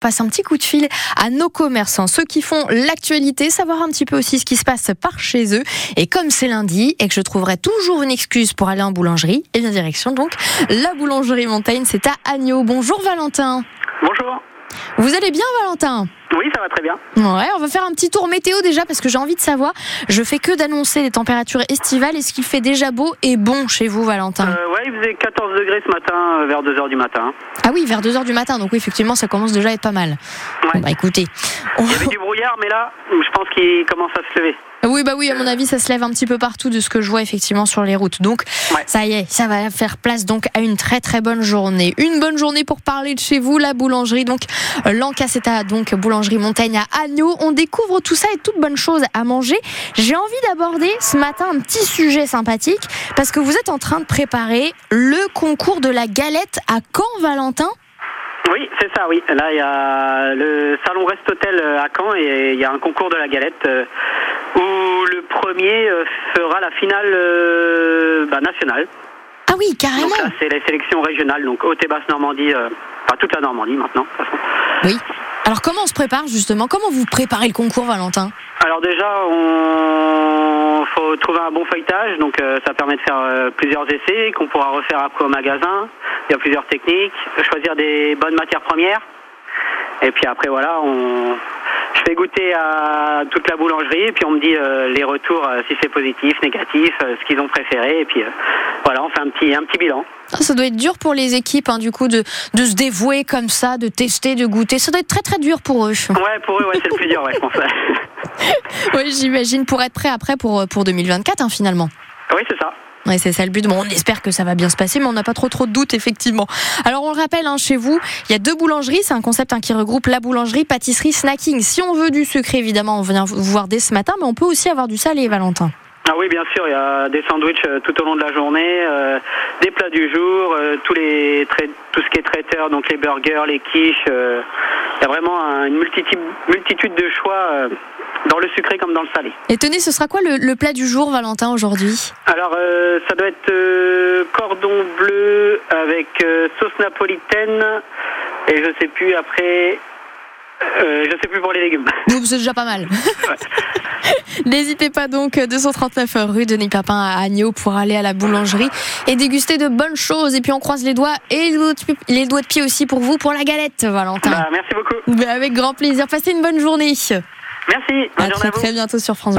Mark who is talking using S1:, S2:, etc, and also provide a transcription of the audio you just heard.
S1: passe un petit coup de fil à nos commerçants, ceux qui font l'actualité, savoir un petit peu aussi ce qui se passe par chez eux. Et comme c'est lundi et que je trouverai toujours une excuse pour aller en boulangerie, et bien direction donc la boulangerie Montaigne, c'est à Agneau. Bonjour Valentin.
S2: Bonjour.
S1: Vous allez bien Valentin
S2: Oui, ça va très bien.
S1: Ouais, on va faire un petit tour météo déjà parce que j'ai envie de savoir, je fais que d'annoncer les températures estivales, est-ce qu'il fait déjà beau et bon chez vous Valentin
S2: Euh, ouais, il faisait 14 degrés ce matin, euh, vers 2 heures du matin.
S1: Ah oui, vers 2h du matin, donc oui effectivement ça commence déjà à être pas mal.
S2: Ouais.
S1: Bon, bah écoutez, on-
S2: Il y avait du brouillard, mais là, je pense qu'il commence à se lever.
S1: Oui, bah oui, à mon avis, ça se lève un petit peu partout de ce que je vois effectivement sur les routes. Donc,
S2: Ouais.
S1: ça y est, ça va faire place donc à une très très bonne journée. Une bonne journée pour parler de chez vous, la boulangerie. Donc, euh, l'Encasseta, donc boulangerie Montaigne à Agneau. On découvre tout ça et toutes bonnes choses à manger. J'ai envie d'aborder ce matin un petit sujet sympathique parce que vous êtes en train de préparer le concours de la galette à Caen, Valentin.
S2: Oui, c'est ça, oui. Là, il y a le salon Rest Hôtel euh, à Caen et il y a un concours de la galette euh, où le premier euh, fera la finale euh, bah, nationale.
S1: Ah oui, carrément.
S2: Donc là, c'est les sélections régionales, donc haute et basse Normandie, euh, enfin toute la Normandie maintenant. de toute façon.
S1: Oui. Alors, comment on se prépare justement Comment vous préparez le concours, Valentin
S2: Alors déjà, on faut trouver un bon feuilletage, donc euh, ça permet de faire euh, plusieurs essais qu'on pourra refaire après au magasin. Il y a plusieurs techniques, choisir des bonnes matières premières. Et puis après, voilà, on... je fais goûter à toute la boulangerie et puis on me dit euh, les retours, euh, si c'est positif, négatif, euh, ce qu'ils ont préféré. Et puis euh, voilà, on fait un petit, un petit bilan.
S1: Ah, Ça doit être dur pour les équipes, hein, du coup, de, de se dévouer comme ça, de tester, de goûter. Ça doit être très très dur pour eux.
S2: Ouais, pour eux, ouais, c'est le plus dur, ouais, je pense.
S1: Oui, j'imagine, pour être prêt après pour, pour 2024, hein, finalement.
S2: oui, c'est ça.
S1: Ouais, c'est ça le but. Bon, on espère que ça va bien se passer, mais on n'a pas trop trop de doutes, effectivement. Alors, on le rappelle, hein, chez vous, il y a deux boulangeries. C'est un concept hein, qui regroupe la boulangerie, pâtisserie, snacking. Si on veut du sucré, évidemment, on vient vous voir dès ce matin, mais on peut aussi avoir du salé, Valentin.
S2: Ah oui, bien sûr, il y a des sandwichs euh, tout au long de la journée, euh, des plats du jour, euh, tous les trai- tout ce qui est traiteur, donc les burgers, les quiches. euh, il y a vraiment un- une multitude, multitude de choix euh, dans le sucré comme dans le salé.
S1: Et tenez, ce sera quoi le, le plat du jour, Valentin, aujourd'hui
S2: Alors, euh, ça doit être euh, cordon bleu avec euh, sauce napolitaine et je sais plus après. euh, je sais plus pour les légumes.
S1: Bon, c'est déjà pas mal. N'hésitez pas donc, euh, 239 rue Denis Papin à Agneau pour aller à la boulangerie et déguster de bonnes choses. Et puis on croise les doigts et les doigts de pi- les doigts de pied aussi pour vous, pour la galette, Valentin.
S2: Bah, merci beaucoup.
S1: Mais avec grand plaisir. Passez une bonne journée.
S2: Merci. Bonne
S1: à Ah,
S2: journée
S1: très
S2: à vous.
S1: très bientôt sur France